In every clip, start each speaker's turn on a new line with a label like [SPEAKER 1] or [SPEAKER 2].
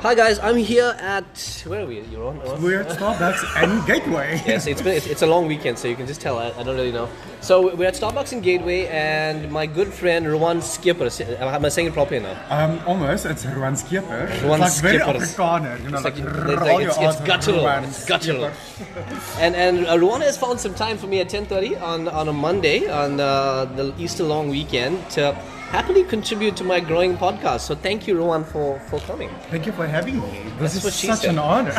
[SPEAKER 1] Hi guys, I'm here at where are we? You're on.
[SPEAKER 2] We're at Starbucks and Gateway.
[SPEAKER 1] yes, it's been it's, it's a long weekend, so you can just tell. I, I don't really know. So we're at Starbucks in Gateway, and my good friend Rowan Skipper. Am I saying it properly now?
[SPEAKER 2] Um, almost. It's Ruan Skipper.
[SPEAKER 1] Rowan
[SPEAKER 2] it's like very
[SPEAKER 1] Skippers.
[SPEAKER 2] Afrikaner. You know,
[SPEAKER 1] It's like,
[SPEAKER 2] like,
[SPEAKER 1] it's,
[SPEAKER 2] roll
[SPEAKER 1] like it's,
[SPEAKER 2] your
[SPEAKER 1] it's
[SPEAKER 2] R's,
[SPEAKER 1] guttural.
[SPEAKER 2] Ruan
[SPEAKER 1] It's guttural.
[SPEAKER 2] Skipper.
[SPEAKER 1] and and uh, Ruana has found some time for me at 10:30 on on a Monday on uh, the Easter long weekend to happily contribute to my growing podcast. So thank you, Ruan, for for coming.
[SPEAKER 2] Thank you for having me.
[SPEAKER 1] That's
[SPEAKER 2] This is
[SPEAKER 1] what she
[SPEAKER 2] such
[SPEAKER 1] said.
[SPEAKER 2] an honor.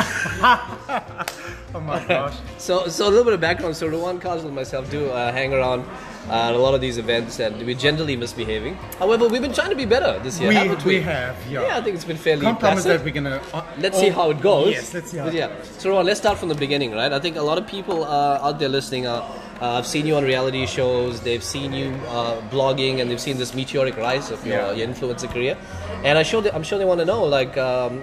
[SPEAKER 2] oh my gosh.
[SPEAKER 1] So, so a little bit of background. So Rowan Kazal and myself do uh, hang around uh, at a lot of these events, and we're generally misbehaving. However, we've been trying to be better this year,
[SPEAKER 2] We-
[SPEAKER 1] haven't we?
[SPEAKER 2] we have, yeah.
[SPEAKER 1] I think it's been fairly.
[SPEAKER 2] Can't promise
[SPEAKER 1] placid.
[SPEAKER 2] that we're gonna. uh,
[SPEAKER 1] Let's
[SPEAKER 2] oh,
[SPEAKER 1] see how it goes.
[SPEAKER 2] Yes, let's see how.
[SPEAKER 1] But
[SPEAKER 2] it
[SPEAKER 1] yeah. So Rowan, let's start from the beginning, right? I think a lot of people uh, out there listening are. Uh, have seen you on reality shows. They've seen you uh, blogging, and they've seen this meteoric rise of your,
[SPEAKER 2] Yeah.
[SPEAKER 1] your influencer career. And I sure they, I'm sure they want to know, like, um,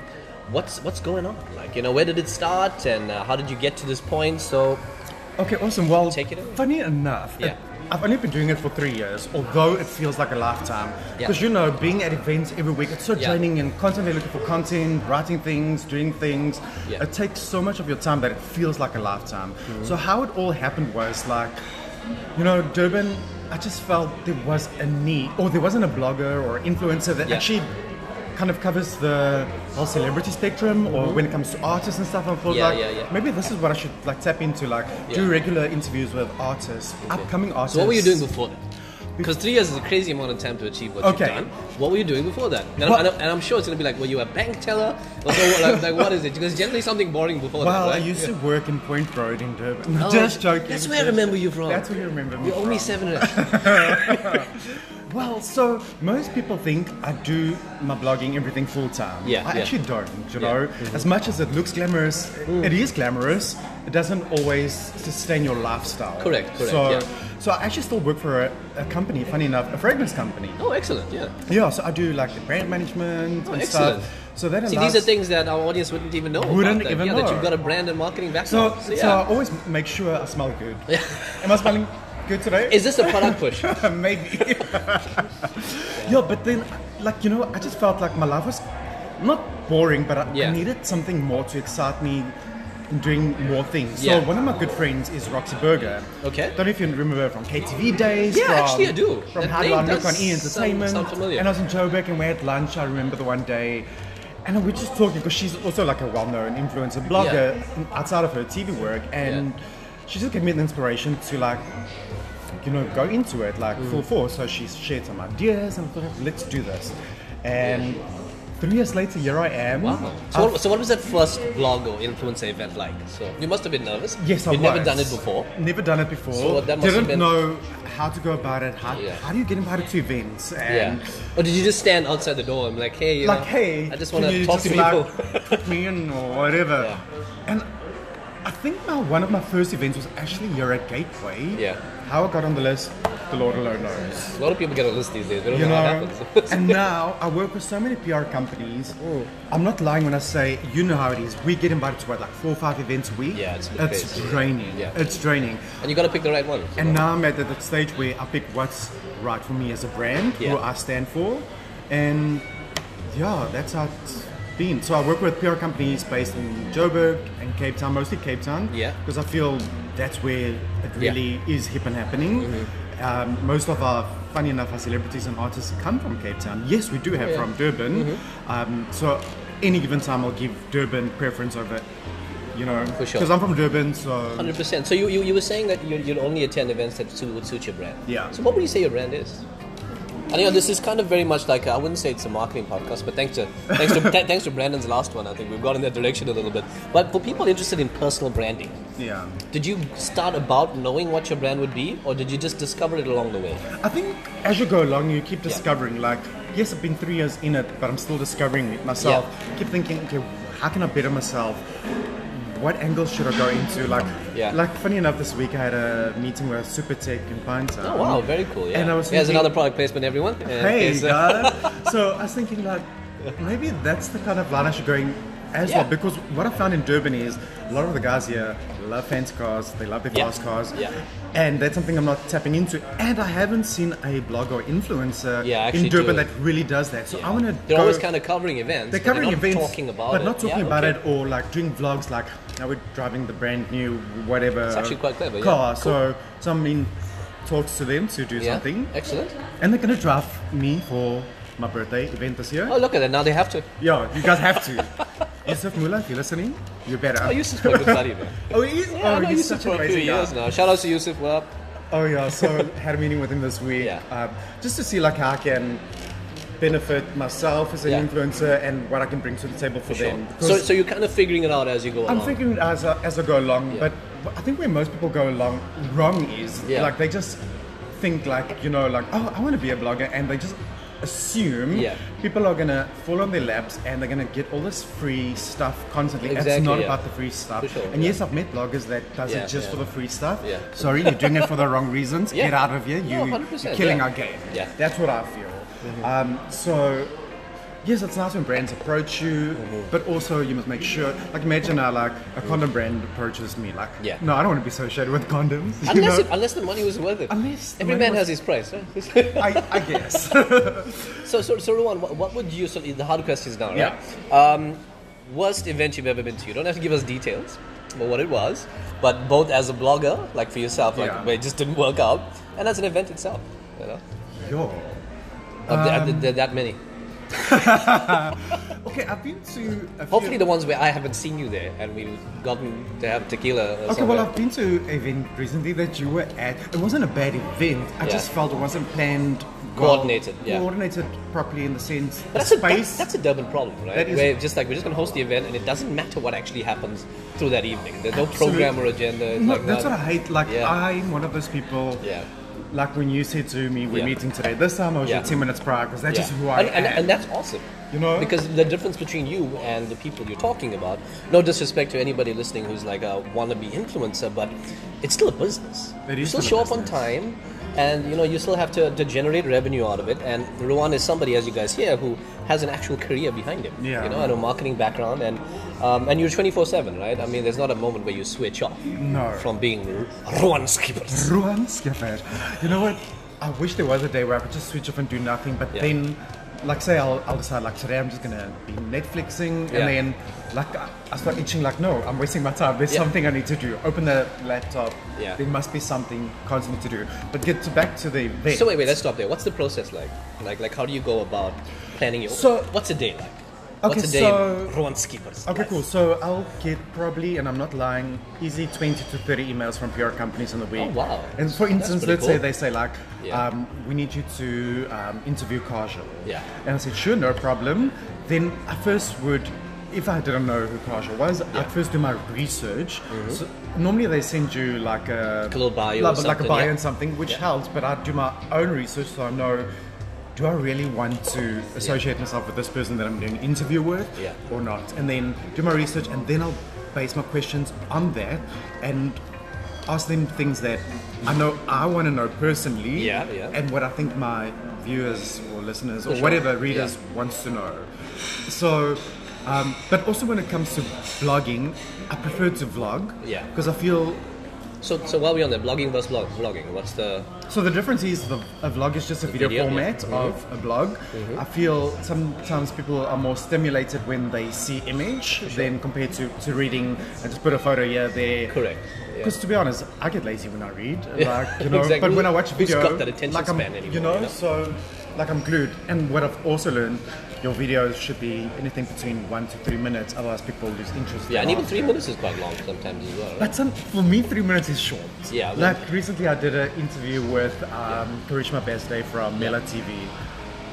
[SPEAKER 1] what's what's going on? Like, you know, where did it start, and uh, how did you get to this point? So,
[SPEAKER 2] Okay, awesome. Well,
[SPEAKER 1] Take it away.
[SPEAKER 2] funny enough,
[SPEAKER 1] Yeah.
[SPEAKER 2] it- I've only been doing it for three years, although it feels like a lifetime.
[SPEAKER 1] Yeah.
[SPEAKER 2] Because you know, being at events every week, it's so
[SPEAKER 1] Yeah.
[SPEAKER 2] draining and constantly looking for content, writing things, doing things.
[SPEAKER 1] Yeah. Mm-hmm.
[SPEAKER 2] It takes so much of your time that it feels like a lifetime. So, how it all happened was like, you know, Durban, I just felt there was a need, or there wasn't a blogger or influencer that
[SPEAKER 1] Yeah.
[SPEAKER 2] actually kind of covers the whole celebrity spectrum or when it comes to artists and stuff I feel
[SPEAKER 1] Mm-hmm. Yeah,
[SPEAKER 2] like
[SPEAKER 1] yeah, yeah.
[SPEAKER 2] maybe this is what I should like tap into like do
[SPEAKER 1] Yeah.
[SPEAKER 2] regular interviews with artists, upcoming artists.
[SPEAKER 1] So what were you doing before that? Because three years is a crazy amount of time to achieve what
[SPEAKER 2] Okay.
[SPEAKER 1] you've done. What were you doing before that? And,
[SPEAKER 2] Well-
[SPEAKER 1] I'm, and I'm sure it's gonna be like, were you a bank teller? Or so, like, like, what is it? Because generally something boring before
[SPEAKER 2] Well,
[SPEAKER 1] that,
[SPEAKER 2] I
[SPEAKER 1] right?
[SPEAKER 2] used to work in Point Road in Durban.
[SPEAKER 1] Oh,
[SPEAKER 2] Just joking.
[SPEAKER 1] That's where I remember you from.
[SPEAKER 2] That's where you remember me
[SPEAKER 1] You're only
[SPEAKER 2] from.
[SPEAKER 1] seven. right?
[SPEAKER 2] Well, so most people think I do my blogging everything full time.
[SPEAKER 1] Yeah,
[SPEAKER 2] I
[SPEAKER 1] yeah.
[SPEAKER 2] actually don't. You
[SPEAKER 1] Yeah. Mm-hmm. Mm.
[SPEAKER 2] know, as much as it looks glamorous, it is glamorous. It doesn't always sustain your lifestyle.
[SPEAKER 1] Correct, correct,
[SPEAKER 2] So,
[SPEAKER 1] yeah.
[SPEAKER 2] so I actually still work for a, a company. Funny enough, a fragrance company.
[SPEAKER 1] oh, excellent. Yeah.
[SPEAKER 2] Yeah, so I do like the brand management
[SPEAKER 1] Oh,
[SPEAKER 2] and
[SPEAKER 1] excellent.
[SPEAKER 2] stuff. So that
[SPEAKER 1] See,
[SPEAKER 2] allows-
[SPEAKER 1] these are things that our audience wouldn't even know.
[SPEAKER 2] Wouldn't
[SPEAKER 1] about that.
[SPEAKER 2] even
[SPEAKER 1] yeah, that
[SPEAKER 2] know.
[SPEAKER 1] you've got a brand and marketing
[SPEAKER 2] So,
[SPEAKER 1] background.
[SPEAKER 2] so,
[SPEAKER 1] yeah.
[SPEAKER 2] I always make sure I smell good.
[SPEAKER 1] Yeah.
[SPEAKER 2] Am I smelling good today?
[SPEAKER 1] Is this a product push?
[SPEAKER 2] Maybe. yeah. but then, like, you know, I just felt like my life was not boring, but I,
[SPEAKER 1] Yeah.
[SPEAKER 2] I needed something more to excite me in doing more things.
[SPEAKER 1] Yeah.
[SPEAKER 2] So, one of my good friends is Roxy Burger.
[SPEAKER 1] Okay.
[SPEAKER 2] Don't know if you remember her from KTV days.
[SPEAKER 1] Yeah,
[SPEAKER 2] from,
[SPEAKER 1] actually I do.
[SPEAKER 2] From
[SPEAKER 1] That
[SPEAKER 2] How Do
[SPEAKER 1] name
[SPEAKER 2] I Look on
[SPEAKER 1] does
[SPEAKER 2] E
[SPEAKER 1] sound-
[SPEAKER 2] Entertainment.
[SPEAKER 1] sound familiar.
[SPEAKER 2] And I was in Joburg and we had lunch, I remember the one day. And we were just talking because she's also like a well known influencer blogger outside of her TV work. And she just gave me an inspiration to like, you know, go into it like full force. So she shared some ideas and I thought, let's do this. And three years later, here I am.
[SPEAKER 1] Wow. So,
[SPEAKER 2] I've-
[SPEAKER 1] what, so what was that first blog or influencer event like? So you must have been nervous.
[SPEAKER 2] Yes, I
[SPEAKER 1] You've
[SPEAKER 2] was.
[SPEAKER 1] never done it before.
[SPEAKER 2] Never done it before.
[SPEAKER 1] So that must have
[SPEAKER 2] Didn't
[SPEAKER 1] been-
[SPEAKER 2] know how to go about it. How,
[SPEAKER 1] Yeah.
[SPEAKER 2] how do you get invited to events? And
[SPEAKER 1] Yeah. Or did you just stand outside the door and like, hey, you
[SPEAKER 2] like,
[SPEAKER 1] know,
[SPEAKER 2] hey,
[SPEAKER 1] I just
[SPEAKER 2] can
[SPEAKER 1] want to
[SPEAKER 2] you
[SPEAKER 1] talk to
[SPEAKER 2] just,
[SPEAKER 1] people.
[SPEAKER 2] like, put me in or whatever.
[SPEAKER 1] Yeah.
[SPEAKER 2] And I think my one of my first events was actually here at Gateway.
[SPEAKER 1] Yeah.
[SPEAKER 2] How I got on the list, the Lord alone knows.
[SPEAKER 1] a lot of people get a list these days. They don't
[SPEAKER 2] You
[SPEAKER 1] know, how
[SPEAKER 2] know,
[SPEAKER 1] it happens.
[SPEAKER 2] and now I work with so many PR companies.
[SPEAKER 1] Oh.
[SPEAKER 2] I'm not lying when I say you know how it is. We get invited to what, like four or five events a week.
[SPEAKER 1] Yeah, it's a bit
[SPEAKER 2] it's
[SPEAKER 1] crazy.
[SPEAKER 2] draining.
[SPEAKER 1] Yeah.
[SPEAKER 2] It's draining.
[SPEAKER 1] and you got to pick the right one.
[SPEAKER 2] And now I'm at that stage where I pick what's right for me as a brand,
[SPEAKER 1] Yeah.
[SPEAKER 2] who I stand for, and yeah, that's how it's been. So I work with PR companies based in Joburg and Cape Town, mostly Cape Town,
[SPEAKER 1] Yeah.
[SPEAKER 2] because I feel that's where it
[SPEAKER 1] Yeah. Mm-hmm.
[SPEAKER 2] really is hip and happening. Um, most of our, funny enough, our celebrities and artists come from Cape Town. Yes, we do have
[SPEAKER 1] yeah. Mm-hmm.
[SPEAKER 2] from Durban. Um, so any given time, I'll give Durban preference over. You know,
[SPEAKER 1] For
[SPEAKER 2] because
[SPEAKER 1] sure.
[SPEAKER 2] I'm from Durban, so
[SPEAKER 1] Hundred percent. So you, you, you were saying that you you'd only attend events that suit, would suit your brand.
[SPEAKER 2] Yeah.
[SPEAKER 1] So what would you say your brand is? And you know, this is kind of very much like I I wouldn't say it's a marketing podcast, but thanks to thanks to th- thanks to Brandon's last one, I think we've gone in that direction a little bit. But for people interested in personal branding,
[SPEAKER 2] yeah.
[SPEAKER 1] did you start about knowing what your brand would be, or did you just discover it along the way?
[SPEAKER 2] I think as you go along, you keep discovering. Like, yes, I've been three years in it, but I'm still discovering it myself. Keep thinking, okay, how can I better myself? What angles should I go into? Like,
[SPEAKER 1] Yeah.
[SPEAKER 2] like funny enough, this week I had a meeting with SuperTech in Pinetown.
[SPEAKER 1] Oh wow, very cool. Yeah.
[SPEAKER 2] And I was
[SPEAKER 1] Here's
[SPEAKER 2] thinking-
[SPEAKER 1] another product placement, everyone. Uh,
[SPEAKER 2] Hey,
[SPEAKER 1] here's, uh,
[SPEAKER 2] guys. so I was thinking like, maybe that's the kind of line I should go in as
[SPEAKER 1] Yeah.
[SPEAKER 2] well because what I found in Durban is a lot of the guys here love fancy cars, they love their
[SPEAKER 1] Yeah.
[SPEAKER 2] fast cars,
[SPEAKER 1] Yeah.
[SPEAKER 2] and that's something I'm not tapping into. And I haven't seen a blogger or influencer
[SPEAKER 1] Yeah, I actually
[SPEAKER 2] in Durban
[SPEAKER 1] do.
[SPEAKER 2] that really does that. So I want to.
[SPEAKER 1] They're always kind of covering events.
[SPEAKER 2] They're
[SPEAKER 1] but
[SPEAKER 2] covering
[SPEAKER 1] not
[SPEAKER 2] events,
[SPEAKER 1] talking about
[SPEAKER 2] but
[SPEAKER 1] it.
[SPEAKER 2] not talking
[SPEAKER 1] Yeah,
[SPEAKER 2] about
[SPEAKER 1] okay.
[SPEAKER 2] it or like doing vlogs. Like now we're driving the brand new whatever. It's
[SPEAKER 1] actually quite clever, yeah.
[SPEAKER 2] Car. So some in talks to them to do
[SPEAKER 1] Yeah.
[SPEAKER 2] something,
[SPEAKER 1] Excellent.
[SPEAKER 2] and they're gonna draft me for my birthday event this year.
[SPEAKER 1] Oh, look at that. Now they have to.
[SPEAKER 2] Yeah, you guys have to. Yusuf Mullah, if you're listening, you're better.
[SPEAKER 1] Oh, Yusuf's my good buddy, man.
[SPEAKER 2] oh, he is?
[SPEAKER 1] Yeah,
[SPEAKER 2] oh,
[SPEAKER 1] I've known
[SPEAKER 2] he's
[SPEAKER 1] Yusuf
[SPEAKER 2] such
[SPEAKER 1] for
[SPEAKER 2] a
[SPEAKER 1] a few
[SPEAKER 2] crazy guy.
[SPEAKER 1] years now. Shout out to Yusuf. Well,
[SPEAKER 2] Oh yeah, so had a meeting with him this week,
[SPEAKER 1] Yeah.
[SPEAKER 2] uh, just to see like how I can benefit myself as an
[SPEAKER 1] Yeah.
[SPEAKER 2] influencer and what I can bring to the table for, them.
[SPEAKER 1] So,
[SPEAKER 2] Because
[SPEAKER 1] so you're kind of figuring it out as you go
[SPEAKER 2] I'm
[SPEAKER 1] along.
[SPEAKER 2] thinking it as I, as I go along,
[SPEAKER 1] Yeah.
[SPEAKER 2] but I think where most people go along wrong is
[SPEAKER 1] Yeah.
[SPEAKER 2] like they just think like you know like oh I want to be a blogger and they just assume
[SPEAKER 1] Yeah.
[SPEAKER 2] people are gonna fall on their laps and they're gonna get all this free stuff constantly.
[SPEAKER 1] Exactly,
[SPEAKER 2] it's not
[SPEAKER 1] yeah.
[SPEAKER 2] about the free stuff.
[SPEAKER 1] For sure,
[SPEAKER 2] and
[SPEAKER 1] yeah.
[SPEAKER 2] yes, I've met bloggers that does
[SPEAKER 1] Yeah,
[SPEAKER 2] it just
[SPEAKER 1] yeah.
[SPEAKER 2] for the free stuff.
[SPEAKER 1] Yeah.
[SPEAKER 2] Sorry, you're doing it for the wrong reasons.
[SPEAKER 1] Yeah.
[SPEAKER 2] Get out of here.
[SPEAKER 1] No,
[SPEAKER 2] You, you're
[SPEAKER 1] 100%,
[SPEAKER 2] killing
[SPEAKER 1] yeah.
[SPEAKER 2] our game.
[SPEAKER 1] Yeah. Mm-hmm.
[SPEAKER 2] That's what I feel. Um, so Yes, it's nice when brands approach you,
[SPEAKER 1] Mm-hmm.
[SPEAKER 2] but also you must make sure. Like, imagine uh, like a condom brand approaches me. Like,
[SPEAKER 1] Yeah.
[SPEAKER 2] no, I don't want to be associated with condoms. you
[SPEAKER 1] Unless,
[SPEAKER 2] know?
[SPEAKER 1] it, unless the money was worth it.
[SPEAKER 2] Unless the
[SPEAKER 1] Every
[SPEAKER 2] money
[SPEAKER 1] man
[SPEAKER 2] was-
[SPEAKER 1] has his price, right?
[SPEAKER 2] I, I guess.
[SPEAKER 1] so, so, so, Ruwan, what, what would you, so the hard questions now, right? Um, worst event you've ever been to? You don't have to give us details about what it was, but both as a blogger, like for yourself, like
[SPEAKER 2] Yeah.
[SPEAKER 1] where it just didn't work out, and as an event itself, you know?
[SPEAKER 2] Yo.
[SPEAKER 1] Of the-
[SPEAKER 2] Um,
[SPEAKER 1] of the- there are that many.
[SPEAKER 2] Okay, I've been to. A
[SPEAKER 1] Hopefully,
[SPEAKER 2] few...
[SPEAKER 1] the ones where I haven't seen you there and we've gotten to have tequila. Or
[SPEAKER 2] Okay,
[SPEAKER 1] something.
[SPEAKER 2] well, I've been to an event recently that you were at. It wasn't a bad event. I
[SPEAKER 1] Yeah.
[SPEAKER 2] just felt it wasn't planned, well,
[SPEAKER 1] Coordinated, yeah.
[SPEAKER 2] coordinated properly in the sense.
[SPEAKER 1] But
[SPEAKER 2] the
[SPEAKER 1] that's a, that-
[SPEAKER 2] space.
[SPEAKER 1] that's a Durban problem, right?
[SPEAKER 2] That is-
[SPEAKER 1] Where it's just like we're just gonna host the event, and it doesn't matter what actually happens through that evening. There's no
[SPEAKER 2] Absolutely.
[SPEAKER 1] program or agenda. It's
[SPEAKER 2] No,
[SPEAKER 1] like
[SPEAKER 2] that's
[SPEAKER 1] not-
[SPEAKER 2] what I hate. Like
[SPEAKER 1] Yeah.
[SPEAKER 2] I'm one of those people.
[SPEAKER 1] Yeah.
[SPEAKER 2] Like when you said to me, "We're
[SPEAKER 1] Yeah.
[SPEAKER 2] meeting today." This time I was
[SPEAKER 1] Yeah.
[SPEAKER 2] like ten minutes prior because that's
[SPEAKER 1] yeah.
[SPEAKER 2] just who I
[SPEAKER 1] and, and,
[SPEAKER 2] am.
[SPEAKER 1] and that's awesome.
[SPEAKER 2] You know?
[SPEAKER 1] because the difference between you and the people you're talking about. No disrespect to anybody listening who's like a wannabe influencer, but it's still a business.
[SPEAKER 2] It
[SPEAKER 1] you
[SPEAKER 2] is
[SPEAKER 1] still show
[SPEAKER 2] still a
[SPEAKER 1] up on
[SPEAKER 2] business.
[SPEAKER 1] time, and you know you still have to, to generate revenue out of it. And Ruan is somebody, as you guys hear, who has an actual career behind him.
[SPEAKER 2] Yeah.
[SPEAKER 1] you know, and a marketing background, and um, and you're 24/7, right? I mean, there's not a moment where you switch off
[SPEAKER 2] No.
[SPEAKER 1] from being Ruan Skippers.
[SPEAKER 2] Ruan Skipper. You know what? I wish there was a day where I could just switch off and do nothing, but
[SPEAKER 1] Yeah.
[SPEAKER 2] then, like, say, I'll, I'll decide, like, today I'm just gonna be Netflixing,
[SPEAKER 1] Yeah.
[SPEAKER 2] and then, like, I, I start itching, like, no, I'm wasting my time. There's
[SPEAKER 1] Yeah.
[SPEAKER 2] something I need to do. Open the laptop.
[SPEAKER 1] Yeah.
[SPEAKER 2] There must be something constantly to do. But get to, back to the event.
[SPEAKER 1] So wait, wait, let's stop there. What's the process like? Like, like, how do you go about planning your?
[SPEAKER 2] So-
[SPEAKER 1] what's a day like?
[SPEAKER 2] Okay,
[SPEAKER 1] what's a day
[SPEAKER 2] so-
[SPEAKER 1] in Rowan Skipper's?
[SPEAKER 2] Okay,
[SPEAKER 1] life?
[SPEAKER 2] cool. So I'll get probably, and I'm not lying, easy 20 to 30 emails from PR companies in the week.
[SPEAKER 1] Oh, wow.
[SPEAKER 2] And for instance,
[SPEAKER 1] pretty
[SPEAKER 2] let's say
[SPEAKER 1] cool.
[SPEAKER 2] they say, like,
[SPEAKER 1] Yeah.
[SPEAKER 2] um, we need you to um, interview Kajal.
[SPEAKER 1] Yeah.
[SPEAKER 2] And I said, sure, no problem. Then I first would, if I didn't know who Kajal was, I'd first do my research. So normally they send you, like, a,
[SPEAKER 1] Mm-hmm. Like a little bio or
[SPEAKER 2] like, like a
[SPEAKER 1] something,
[SPEAKER 2] bio
[SPEAKER 1] yeah.
[SPEAKER 2] and something, which
[SPEAKER 1] Yeah.
[SPEAKER 2] helps, but I do my own research so I know. Do I really want to associate myself with this person that I'm doing an interview with?
[SPEAKER 1] Yeah.
[SPEAKER 2] or not, and then do my research, and then I'll base my questions on that, and ask them things that I know I want to know personally,
[SPEAKER 1] Yeah, yeah.
[SPEAKER 2] and what I think my viewers or listeners or
[SPEAKER 1] sure.
[SPEAKER 2] whatever readers
[SPEAKER 1] Yeah.
[SPEAKER 2] wants to know. So, um, but also when it comes to blogging, I prefer to vlog,
[SPEAKER 1] Yeah.
[SPEAKER 2] because I feel.
[SPEAKER 1] So, so while we're on there, blogging versus blog, vlogging, what's the?
[SPEAKER 2] So the difference is the a vlog is just a video,
[SPEAKER 1] video, yeah. Mm-hmm.
[SPEAKER 2] format of a blog. I feel sometimes people are more stimulated when they see image than compared to, to reading and just put a photo here there.
[SPEAKER 1] Correct. Yeah.
[SPEAKER 2] Because to be honest, I get lazy when I read,
[SPEAKER 1] Yeah.
[SPEAKER 2] like you know.
[SPEAKER 1] Exactly.
[SPEAKER 2] But when I watch
[SPEAKER 1] Who's
[SPEAKER 2] video,
[SPEAKER 1] got that attention
[SPEAKER 2] like I'm,
[SPEAKER 1] span anymore,
[SPEAKER 2] you know,
[SPEAKER 1] you know?
[SPEAKER 2] so like I'm glued. And what I've also learned, your videos should be anything between one to three minutes, otherwise people lose interest.
[SPEAKER 1] Yeah, and even
[SPEAKER 2] thereafter.
[SPEAKER 1] three minutes is quite long sometimes as well. Right?
[SPEAKER 2] But some, for me, three minutes is short.
[SPEAKER 1] Yeah, well-
[SPEAKER 2] Like recently, I did an interview with um, Karishma Beste from Mela TV.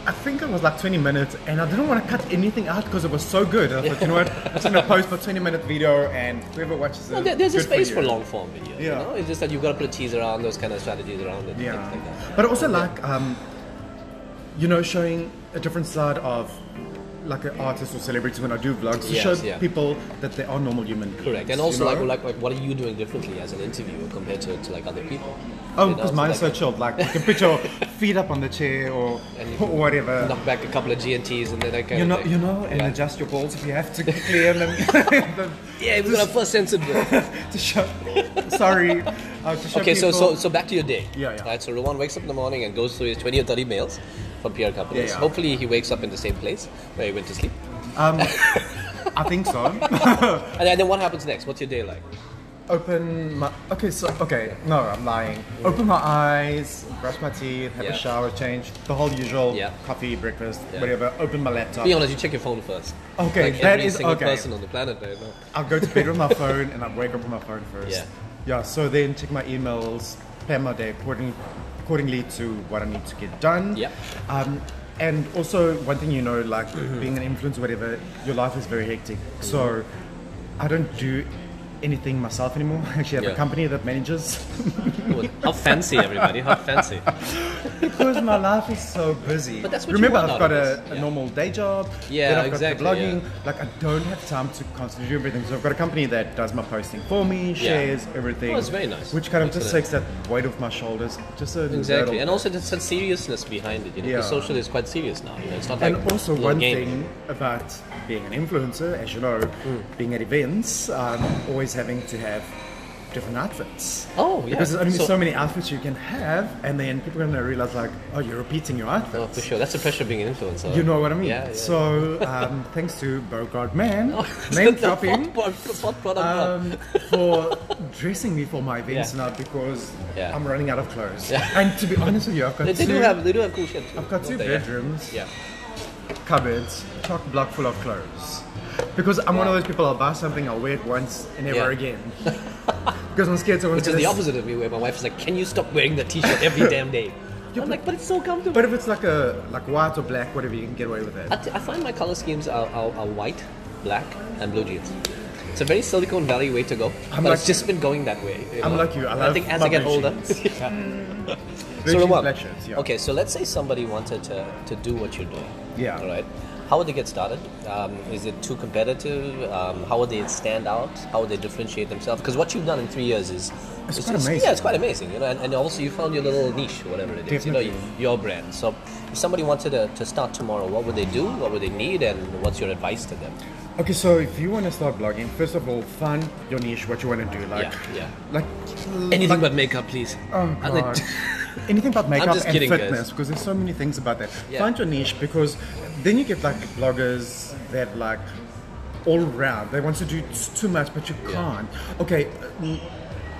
[SPEAKER 2] I think it was like 20 minutes, and I didn't want to cut anything out because it was so good. I thought, you know what? I'm just gonna post for 20 minute video, and whoever watches it,
[SPEAKER 1] No, there- there's a
[SPEAKER 2] good
[SPEAKER 1] space for,
[SPEAKER 2] you.
[SPEAKER 1] long form video. You
[SPEAKER 2] Yeah.
[SPEAKER 1] know? It's just that you've got to put a teaser around those kind of strategies around it,
[SPEAKER 2] Yeah,
[SPEAKER 1] and things like that.
[SPEAKER 2] but I also like um, you know showing a different side of like an artist or celebrity when I do vlogs to
[SPEAKER 1] Yes,
[SPEAKER 2] show
[SPEAKER 1] yeah.
[SPEAKER 2] people that they are normal human beings.
[SPEAKER 1] Correct, and
[SPEAKER 2] you
[SPEAKER 1] also like,
[SPEAKER 2] know?
[SPEAKER 1] like, like, what are you doing differently as an interviewer compared to, to like other people?
[SPEAKER 2] Oh,
[SPEAKER 1] You know,
[SPEAKER 2] because
[SPEAKER 1] so
[SPEAKER 2] mine's
[SPEAKER 1] like-
[SPEAKER 2] so chilled. Like you can picture feet up on the chair or,
[SPEAKER 1] And you
[SPEAKER 2] or whatever.
[SPEAKER 1] knock back a couple of GNTs and then that kind
[SPEAKER 2] You
[SPEAKER 1] of
[SPEAKER 2] know,
[SPEAKER 1] thing.
[SPEAKER 2] you know, and
[SPEAKER 1] Yeah.
[SPEAKER 2] adjust your balls if you have to clear them. the-
[SPEAKER 1] yeah, we got our first censored word.
[SPEAKER 2] to show, sorry. Uh, to show
[SPEAKER 1] Okay, so,
[SPEAKER 2] people-
[SPEAKER 1] so so back to your day.
[SPEAKER 2] Yeah, yeah.
[SPEAKER 1] Right, so Rowan wakes up in the morning and goes through his 20 or 30 mails from peer companies.
[SPEAKER 2] Yeah, yeah.
[SPEAKER 1] Hopefully, he wakes up in the same place where he went to sleep.
[SPEAKER 2] Um, I think so.
[SPEAKER 1] And then, then what happens next? What's your day like?
[SPEAKER 2] Open my. Okay, so okay, no, I'm lying. Open my eyes, brush my teeth, have a
[SPEAKER 1] Yeah.
[SPEAKER 2] shower, change the whole usual
[SPEAKER 1] Yeah.
[SPEAKER 2] coffee, breakfast,
[SPEAKER 1] Yeah.
[SPEAKER 2] whatever. Open my laptop.
[SPEAKER 1] Be honest, you check your phone first.
[SPEAKER 2] Okay,
[SPEAKER 1] like
[SPEAKER 2] that
[SPEAKER 1] every
[SPEAKER 2] is-
[SPEAKER 1] single
[SPEAKER 2] okay.
[SPEAKER 1] person on the planet right now.
[SPEAKER 2] I'll go to bed with my phone and I'll wake up with my phone first.
[SPEAKER 1] Yeah.
[SPEAKER 2] Yeah, so then check my emails, plan my day according, accordingly to what I need to get done.
[SPEAKER 1] Yeah.
[SPEAKER 2] Um, and also, one thing you know, like being an influencer, whatever, your life is very hectic.
[SPEAKER 1] Mm-hmm.
[SPEAKER 2] So I don't do anything myself anymore. I actually have
[SPEAKER 1] Yeah.
[SPEAKER 2] a company that manages
[SPEAKER 1] Well, How fancy, everybody! How fancy.
[SPEAKER 2] because my life is so busy.
[SPEAKER 1] But that's what you
[SPEAKER 2] Remember,
[SPEAKER 1] want
[SPEAKER 2] I've
[SPEAKER 1] out
[SPEAKER 2] got
[SPEAKER 1] of
[SPEAKER 2] a,
[SPEAKER 1] this.
[SPEAKER 2] a
[SPEAKER 1] Yeah.
[SPEAKER 2] normal day job.
[SPEAKER 1] Yeah,
[SPEAKER 2] then I've
[SPEAKER 1] exactly,
[SPEAKER 2] got the blogging. Like, I don't have time to constantly do everything. So I've got a company that does my posting for me, shares everything.
[SPEAKER 1] Oh, it's very nice.
[SPEAKER 2] Which kind of
[SPEAKER 1] Excellent.
[SPEAKER 2] just takes that weight off my shoulders. Just a
[SPEAKER 1] Exactly,
[SPEAKER 2] little-
[SPEAKER 1] and also there's some seriousness behind it. You know,
[SPEAKER 2] Yeah.
[SPEAKER 1] because social is quite serious now. You know, it's not like
[SPEAKER 2] And also
[SPEAKER 1] little
[SPEAKER 2] one
[SPEAKER 1] game.
[SPEAKER 2] thing about being an influencer, as you know,
[SPEAKER 1] Mm.
[SPEAKER 2] being at events, um, always having to have different outfits.
[SPEAKER 1] Oh, yeah.
[SPEAKER 2] Because there's only
[SPEAKER 1] So-
[SPEAKER 2] so, many outfits you can have, and then people are going to realize like, oh, you're repeating your outfits.
[SPEAKER 1] Oh, for sure, that's the pressure of being an influencer.
[SPEAKER 2] You know what I mean.
[SPEAKER 1] Yeah. yeah.
[SPEAKER 2] so um, thanks to Bogart Man,
[SPEAKER 1] Oh,
[SPEAKER 2] name
[SPEAKER 1] the
[SPEAKER 2] dropping,
[SPEAKER 1] What, what, what product?
[SPEAKER 2] um, for dressing me for my events
[SPEAKER 1] Yeah.
[SPEAKER 2] now because
[SPEAKER 1] Yeah.
[SPEAKER 2] I'm running out of clothes.
[SPEAKER 1] Yeah.
[SPEAKER 2] And to be honest with you, I've got
[SPEAKER 1] they, they
[SPEAKER 2] two
[SPEAKER 1] do have they do have cool shit. Too,
[SPEAKER 2] I've got two
[SPEAKER 1] don't they? Yeah.
[SPEAKER 2] bedrooms,
[SPEAKER 1] Yeah.
[SPEAKER 2] cupboards, chock block full of clothes. Because I'm one of those people. I'll buy something, I'll wear it once, and never
[SPEAKER 1] Yeah.
[SPEAKER 2] again. because I'm scared someone's
[SPEAKER 1] Which is
[SPEAKER 2] gonna
[SPEAKER 1] the
[SPEAKER 2] s-
[SPEAKER 1] opposite of me, where my wife's like, "Can you stop wearing that T-shirt every damn day?" I'm like, "But it's so comfortable."
[SPEAKER 2] But if it's like a like white or black, whatever, you can get away with
[SPEAKER 1] I,
[SPEAKER 2] that.
[SPEAKER 1] th- I find my color schemes are, are, are white, black, and blue jeans. It's a very Silicon Valley way to go,
[SPEAKER 2] I'm
[SPEAKER 1] but
[SPEAKER 2] like-
[SPEAKER 1] it's just been going that way. you
[SPEAKER 2] I'm
[SPEAKER 1] know?
[SPEAKER 2] like you, I
[SPEAKER 1] And
[SPEAKER 2] love
[SPEAKER 1] think as
[SPEAKER 2] my
[SPEAKER 1] I get
[SPEAKER 2] blue
[SPEAKER 1] older.
[SPEAKER 2] jeans.
[SPEAKER 1] Yeah.
[SPEAKER 2] Blue
[SPEAKER 1] So
[SPEAKER 2] jeans,
[SPEAKER 1] Roman,
[SPEAKER 2] black shirts, yeah.
[SPEAKER 1] Okay, so let's say somebody wanted to, to do what you're doing.
[SPEAKER 2] Yeah.
[SPEAKER 1] All right. How would they get started? Um, is it too competitive? Um, how would they stand out? How would they differentiate themselves? Because what you've done in three years is
[SPEAKER 2] It's
[SPEAKER 1] is-
[SPEAKER 2] quite
[SPEAKER 1] is-
[SPEAKER 2] amazing.
[SPEAKER 1] Yeah, it's quite amazing. You know, and, and also you found your little niche, whatever it is. You know,
[SPEAKER 2] Definitely.
[SPEAKER 1] your brand. So if somebody wanted to, to start tomorrow, what would they do? What would they need? And what's your advice to them?
[SPEAKER 2] Okay, so if you want to start blogging, first of all, find your niche, what you want to do, like,
[SPEAKER 1] Yeah, yeah.
[SPEAKER 2] like
[SPEAKER 1] Anything
[SPEAKER 2] like,
[SPEAKER 1] but makeup, please.
[SPEAKER 2] oh
[SPEAKER 1] And they-
[SPEAKER 2] god, anything but makeup
[SPEAKER 1] just
[SPEAKER 2] and
[SPEAKER 1] kidding, guys.
[SPEAKER 2] fitness, because there's so many things about that.
[SPEAKER 1] Yeah.
[SPEAKER 2] Find your niche because then you get like bloggers that like all round. They want to do t- too much, but you can't. Okay,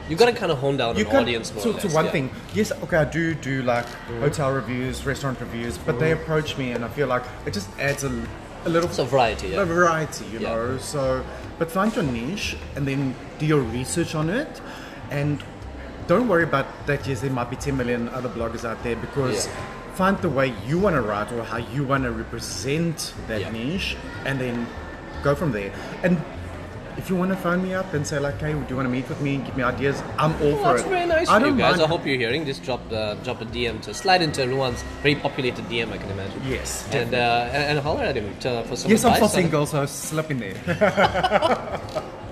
[SPEAKER 1] you got to kind of hone down
[SPEAKER 2] you
[SPEAKER 1] an
[SPEAKER 2] can
[SPEAKER 1] audience more.
[SPEAKER 2] to,
[SPEAKER 1] or
[SPEAKER 2] to
[SPEAKER 1] less,
[SPEAKER 2] one
[SPEAKER 1] yeah.
[SPEAKER 2] thing. Yes, okay, I do do like hotel reviews, restaurant reviews, but they approach me, and I feel like it just adds a, a little
[SPEAKER 1] So variety.
[SPEAKER 2] a
[SPEAKER 1] Yeah.
[SPEAKER 2] variety, you
[SPEAKER 1] Yeah.
[SPEAKER 2] know. So, but find your niche and then do your research on it, and don't worry about that. Yes, there might be 10 million other bloggers out there because
[SPEAKER 1] Yeah.
[SPEAKER 2] find the way you want to write or how you want to represent that
[SPEAKER 1] Yeah.
[SPEAKER 2] niche, and then go from there. And if you want to phone me up and say like, "Hey, do you want to meet with me? and Give me ideas," I'm all
[SPEAKER 1] Well,
[SPEAKER 2] for
[SPEAKER 1] that's
[SPEAKER 2] it.
[SPEAKER 1] very nice
[SPEAKER 2] I
[SPEAKER 1] of you
[SPEAKER 2] don't
[SPEAKER 1] guys. I
[SPEAKER 2] mind.
[SPEAKER 1] hope you're hearing. Just drop uh, drop a DM to slide into everyone's very populated DM. I can imagine.
[SPEAKER 2] Yes,
[SPEAKER 1] And uh, and, and holler at him to, for some
[SPEAKER 2] Yes, I'm
[SPEAKER 1] advice.
[SPEAKER 2] still single, so slip in there.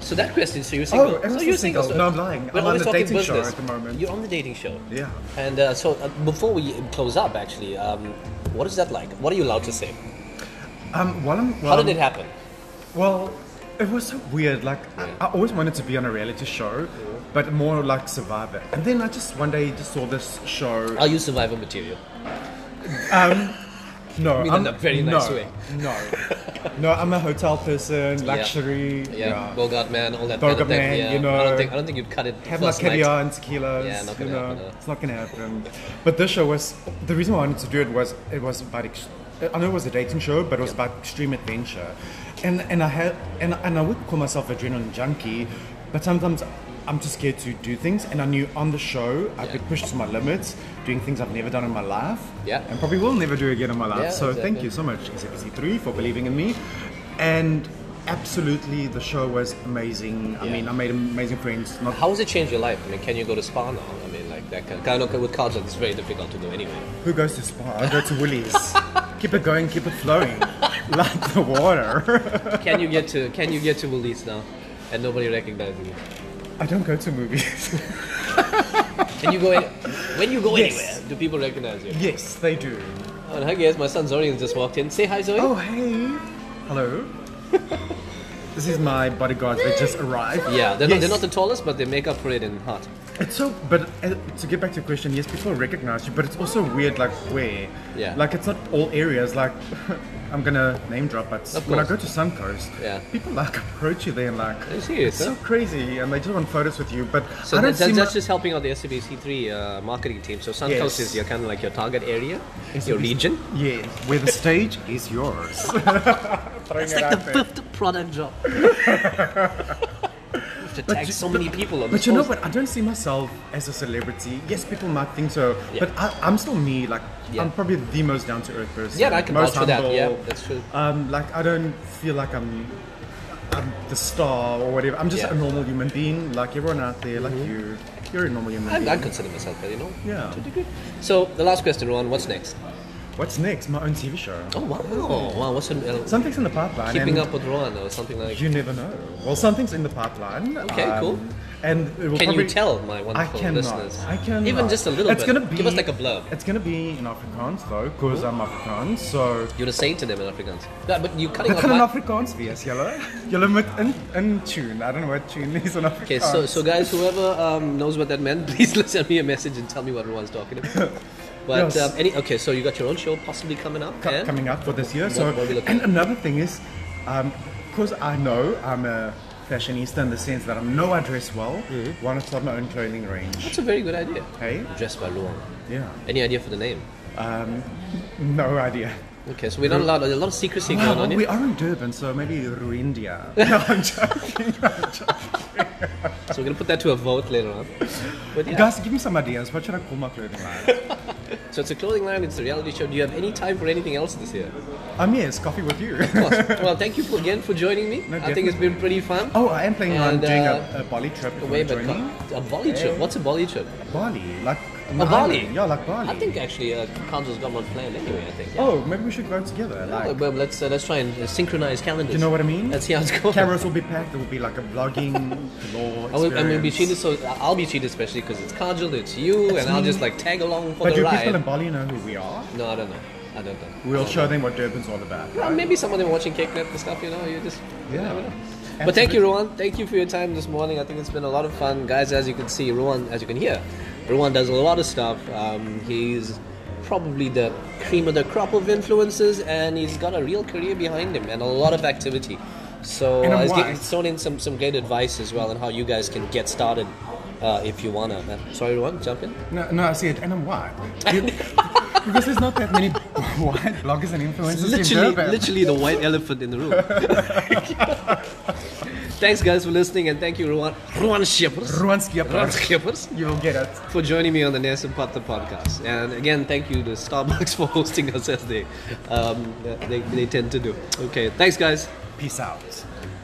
[SPEAKER 1] So that question. So you're single.
[SPEAKER 2] Oh, I'm
[SPEAKER 1] so
[SPEAKER 2] still
[SPEAKER 1] you're
[SPEAKER 2] single.
[SPEAKER 1] so-
[SPEAKER 2] No, I'm lying.
[SPEAKER 1] We're
[SPEAKER 2] I'm on
[SPEAKER 1] always
[SPEAKER 2] the
[SPEAKER 1] talking
[SPEAKER 2] dating show
[SPEAKER 1] business.
[SPEAKER 2] at the moment.
[SPEAKER 1] You're on the dating show.
[SPEAKER 2] Yeah.
[SPEAKER 1] And uh, so uh, before we close up, actually, um, what is that like? What are you allowed to say?
[SPEAKER 2] Um, while I'm,
[SPEAKER 1] How
[SPEAKER 2] while
[SPEAKER 1] did
[SPEAKER 2] I'm-
[SPEAKER 1] it happen?
[SPEAKER 2] Well, it was so weird. Like I, I always wanted to be on a reality show, but more like Survivor. And then I just one day just saw this show.
[SPEAKER 1] Are you survivor material?
[SPEAKER 2] no,
[SPEAKER 1] mean in a very nice
[SPEAKER 2] no,
[SPEAKER 1] way.
[SPEAKER 2] No, no, I'm a hotel person,
[SPEAKER 1] Yeah.
[SPEAKER 2] luxury.
[SPEAKER 1] Yeah. Bogart man, all that. kind of
[SPEAKER 2] Bogart
[SPEAKER 1] thing.
[SPEAKER 2] man,
[SPEAKER 1] yeah.
[SPEAKER 2] you know.
[SPEAKER 1] I don't think I don't think you'd cut it.
[SPEAKER 2] Have my
[SPEAKER 1] first night.
[SPEAKER 2] caviar and tequilas.
[SPEAKER 1] Yeah, not
[SPEAKER 2] you
[SPEAKER 1] gonna
[SPEAKER 2] know,
[SPEAKER 1] happen, huh?
[SPEAKER 2] it's not gonna happen. But this show was the reason why I wanted to do it was it was about. Ex- I know it was a dating show, but it was about extreme adventure, and and I had and and I would call myself adrenaline junkie, but sometimes. I'm too scared to do things, and I knew on the show I'd
[SPEAKER 1] Yeah.
[SPEAKER 2] be pushed to my limits, doing things I've never done in my life,
[SPEAKER 1] Yeah.
[SPEAKER 2] and probably will never do again in my life.
[SPEAKER 1] Yeah,
[SPEAKER 2] so thank
[SPEAKER 1] exactly.
[SPEAKER 2] you so much, XAPC3, for believing in me. And absolutely, the show was amazing. I
[SPEAKER 1] Yeah.
[SPEAKER 2] mean, I made amazing friends, not
[SPEAKER 1] How has it changed your life? I mean, can you go to spa now? I mean, like that kind kind of with cards, it's very difficult to do anyway.
[SPEAKER 2] Who goes to spa? I go to Woolies. keep it going, keep it flowing, like the water.
[SPEAKER 1] Can you get to Can you get to Woolies now, and nobody recognizing you?
[SPEAKER 2] I don't go to movies.
[SPEAKER 1] Can you go? Any, when you go
[SPEAKER 2] Yes.
[SPEAKER 1] anywhere, Do people recognize you?
[SPEAKER 2] Yes, they do.
[SPEAKER 1] Oh, and I guess my son Zorian just walked in. Say hi, Zoe.
[SPEAKER 2] Oh, hey. Hello. this is my bodyguard that just arrived.
[SPEAKER 1] Yeah, they're, not,
[SPEAKER 2] Yes.
[SPEAKER 1] they're not the tallest, but they make up for it in heart.
[SPEAKER 2] It's so, but uh, to get back to your question, yes, people recognize you, but it's also weird, like where,
[SPEAKER 1] Yeah.
[SPEAKER 2] like it's not all areas. Like, I'm gonna name drop, but
[SPEAKER 1] Of
[SPEAKER 2] when I go
[SPEAKER 1] course.
[SPEAKER 2] to Suncoast,
[SPEAKER 1] Yeah.
[SPEAKER 2] people like approach you there and like,
[SPEAKER 1] Are you serious,
[SPEAKER 2] it's so
[SPEAKER 1] huh?
[SPEAKER 2] crazy, and they just want photos with you. But
[SPEAKER 1] So
[SPEAKER 2] I
[SPEAKER 1] that,
[SPEAKER 2] don't see
[SPEAKER 1] that, that's
[SPEAKER 2] my-
[SPEAKER 1] just helping out the SCBC3 uh, marketing team. So Suncoast
[SPEAKER 2] Yes.
[SPEAKER 1] is your kind of like your target area, your region.
[SPEAKER 2] yeah, where the stage is yours.
[SPEAKER 1] It's like the fifth product job. to tag
[SPEAKER 2] you-
[SPEAKER 1] so many people on
[SPEAKER 2] But
[SPEAKER 1] this
[SPEAKER 2] you know
[SPEAKER 1] post.
[SPEAKER 2] what? I don't see myself as a celebrity. Yes, people might think so,
[SPEAKER 1] Yeah.
[SPEAKER 2] but I, I'm still me. Like
[SPEAKER 1] Yeah.
[SPEAKER 2] I'm probably the most down to earth person.
[SPEAKER 1] Yeah, I can
[SPEAKER 2] most
[SPEAKER 1] vouch for that.
[SPEAKER 2] humble.
[SPEAKER 1] Yeah, that's true.
[SPEAKER 2] Um, like I don't feel like I'm, I'm the star or whatever. I'm just
[SPEAKER 1] Yeah. Mm-hmm.
[SPEAKER 2] a normal human being, like everyone out there, like you. You're a normal human
[SPEAKER 1] I,
[SPEAKER 2] being.
[SPEAKER 1] I consider myself that, you know.
[SPEAKER 2] Yeah.
[SPEAKER 1] To a degree. So the last question, Rowan, what's next?
[SPEAKER 2] What's next? My own TV show.
[SPEAKER 1] Oh wow, wow, what's in, uh,
[SPEAKER 2] Something's in the pipeline.
[SPEAKER 1] keeping
[SPEAKER 2] and
[SPEAKER 1] up with Rowan or something like?
[SPEAKER 2] You never know. Well, something's in the pipeline. Um,
[SPEAKER 1] Okay, cool.
[SPEAKER 2] And it will
[SPEAKER 1] Can
[SPEAKER 2] probably-
[SPEAKER 1] you tell my
[SPEAKER 2] I
[SPEAKER 1] wonderful
[SPEAKER 2] cannot.
[SPEAKER 1] listeners?
[SPEAKER 2] I cannot.
[SPEAKER 1] Even just a little
[SPEAKER 2] it's
[SPEAKER 1] bit.
[SPEAKER 2] Gonna be,
[SPEAKER 1] Give us like a blurb.
[SPEAKER 2] It's gonna be in Afrikaans though, because I'm Afrikaans. So
[SPEAKER 1] You're the saint to them in Afrikaans. Yeah, but you're cutting
[SPEAKER 2] dit
[SPEAKER 1] off
[SPEAKER 2] gaan in
[SPEAKER 1] my...
[SPEAKER 2] Afrikaans wees, julle. Julle moet in in tune. I don't know what tune is in Afrikaans.
[SPEAKER 1] Okay, so, so guys, whoever um, knows what that meant, please send me a message and tell me what Rowan's talking about. But
[SPEAKER 2] Yes.
[SPEAKER 1] um, any okay, so you got your own show possibly coming up.
[SPEAKER 2] Co-
[SPEAKER 1] and-
[SPEAKER 2] coming up for this year. So
[SPEAKER 1] what we look
[SPEAKER 2] and
[SPEAKER 1] at.
[SPEAKER 2] another thing is, because I know I'm a fashionista in the sense that I know I dress well.
[SPEAKER 1] Mm-hmm.
[SPEAKER 2] Want to start my own clothing range?
[SPEAKER 1] That's a very good idea.
[SPEAKER 2] Hey,
[SPEAKER 1] Dressed by Rowan.
[SPEAKER 2] yeah.
[SPEAKER 1] Any idea for the name?
[SPEAKER 2] No idea.
[SPEAKER 1] Okay, so we're not allowed. There's a lot of secrecy
[SPEAKER 2] Wow,
[SPEAKER 1] going on
[SPEAKER 2] we
[SPEAKER 1] here.
[SPEAKER 2] are in Durban, so maybe Ruindia. No, I'm joking. I'm joking.
[SPEAKER 1] So we're gonna put that to a vote later on. But yeah.
[SPEAKER 2] Guys, give me some ideas. What should I call my clothing line?
[SPEAKER 1] So it's a clothing line. It's a reality show. Do you have any time for anything else this year?
[SPEAKER 2] I'm here. It's coffee with you.
[SPEAKER 1] Of course. well, thank you for, again for joining me.
[SPEAKER 2] No,
[SPEAKER 1] I think it's been pretty fun.
[SPEAKER 2] Oh, I am planning on
[SPEAKER 1] And,
[SPEAKER 2] doing
[SPEAKER 1] uh,
[SPEAKER 2] a, a Bali trip. If
[SPEAKER 1] a
[SPEAKER 2] you
[SPEAKER 1] way
[SPEAKER 2] wanna
[SPEAKER 1] back
[SPEAKER 2] join me.
[SPEAKER 1] up. A volley trip. What's a volley trip?
[SPEAKER 2] Bali, like an
[SPEAKER 1] A Oh, Bali?
[SPEAKER 2] island. Yeah, like Bali.
[SPEAKER 1] I think actually uh, Kanzo's got one planned anyway. I think. Yeah.
[SPEAKER 2] Oh, maybe we should go together.
[SPEAKER 1] Oh,
[SPEAKER 2] Like,
[SPEAKER 1] well, let's uh, let's try and uh, synchronize calendars.
[SPEAKER 2] you know what I mean?
[SPEAKER 1] Let's see how it's going.
[SPEAKER 2] Cameras will be packed. There will be like a vlogging law.
[SPEAKER 1] I will, I'm gonna be cheated, so I'll be cheated especially because it's Kajal, it's you, and I'll just like tag along for
[SPEAKER 2] But
[SPEAKER 1] the
[SPEAKER 2] do people in
[SPEAKER 1] ride.
[SPEAKER 2] Bali know who we are?
[SPEAKER 1] No, I don't know. I don't know.
[SPEAKER 2] We'll show them what Durban's all about.
[SPEAKER 1] Well,
[SPEAKER 2] right?
[SPEAKER 1] maybe some of them watching KCNET and stuff, you know, you just you
[SPEAKER 2] Yeah.
[SPEAKER 1] never know. But thank you, Rowan. Thank you for your time this morning. I think it's been a lot of fun, guys. As you can see, Rowan, as you can hear, Rowan does a lot of stuff. Um, he's probably the cream of the crop of influences, and he's got a real career behind him and a lot of activity. So
[SPEAKER 2] And I'm
[SPEAKER 1] uh, he's, get-
[SPEAKER 2] wise.
[SPEAKER 1] he's thrown in some, some great advice as well, and how you guys can get started uh, if you wanna. Uh, sorry, Rowan, jump in.
[SPEAKER 2] No, no, I see it, and I'm white. You- because there's not that many white bloggers and influencers in
[SPEAKER 1] literally,
[SPEAKER 2] Durban.
[SPEAKER 1] literally the white elephant in the room. Thanks, guys, for listening, and thank you, Ruan, Ruan Shippers,
[SPEAKER 2] Ruan Schiappa.
[SPEAKER 1] Ruan Schippers,
[SPEAKER 2] You will get it.
[SPEAKER 1] for joining me on the Nelson Patta podcast. And again, thank you to Starbucks for hosting us as they, um, they, they tend to do. Okay, thanks, guys.
[SPEAKER 2] Peace out.